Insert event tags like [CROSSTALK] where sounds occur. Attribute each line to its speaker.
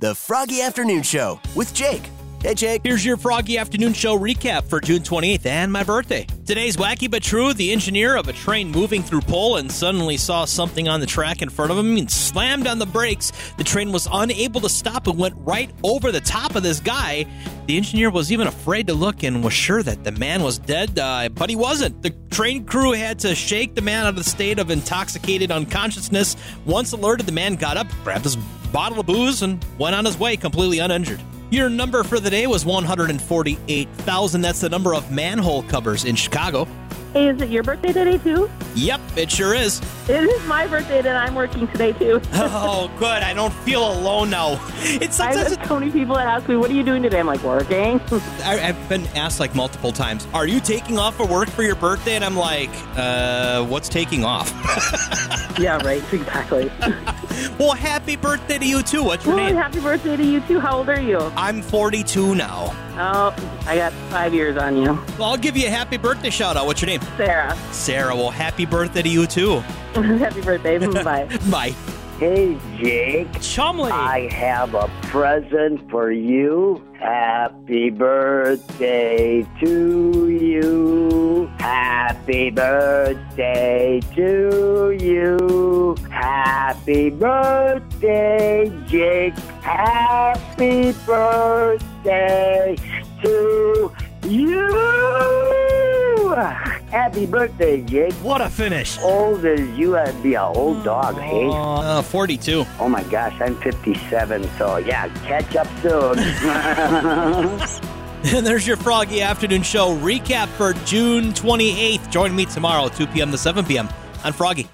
Speaker 1: The Froggy Afternoon Show with Jake. Hey, Jake.
Speaker 2: Here's your Froggy Afternoon Show recap for June 28th and my birthday. Today's Wacky But True the engineer of a train moving through Poland suddenly saw something on the track in front of him and slammed on the brakes. The train was unable to stop and went right over the top of this guy. The engineer was even afraid to look and was sure that the man was dead, uh, but he wasn't. The train crew had to shake the man out of the state of intoxicated unconsciousness. Once alerted, the man got up, grabbed his bottle of booze, and went on his way completely uninjured. Your number for the day was 148,000. That's the number of manhole covers in Chicago.
Speaker 3: Hey, is it your birthday today too?
Speaker 2: Yep, it sure is. [LAUGHS]
Speaker 3: It is my birthday and I'm working today too.
Speaker 2: Oh, good. I don't feel alone now. It's
Speaker 3: I
Speaker 2: sometimes
Speaker 3: have
Speaker 2: it-
Speaker 3: so many people that ask me, "What are you doing today?" I'm like, "Working." [LAUGHS]
Speaker 2: I, I've been asked like multiple times, "Are you taking off for work for your birthday?" And I'm like, "Uh, what's taking off?" [LAUGHS]
Speaker 3: yeah, right. Exactly.
Speaker 2: well, happy birthday to you too. What's your
Speaker 3: well,
Speaker 2: name?
Speaker 3: happy birthday to you too. How old are you?
Speaker 2: I'm 42 now.
Speaker 3: Oh, I got five years on you,
Speaker 2: Well, I'll give you a happy birthday shout out. What's your name?
Speaker 3: Sarah. [LAUGHS]
Speaker 2: Sarah. Well, happy birthday to you too. [LAUGHS]
Speaker 3: happy birthday. Bye.
Speaker 2: Bye.
Speaker 4: Hey, Jake.
Speaker 2: Chumley.
Speaker 4: I have a present for you. Happy birthday to you. Happy birthday to you. Happy birthday, Jake. Happy birthday to you. Happy birthday, Jake.
Speaker 2: What a finish.
Speaker 4: Old as you, I'd be a old dog, hey?
Speaker 2: Uh, 42.
Speaker 4: Oh my gosh, I'm 57, so yeah, catch up soon.
Speaker 2: [LAUGHS] And there's your Froggy Afternoon Show recap for June 28th. Join me tomorrow, 2 p.m. to 7 p.m. on Froggy.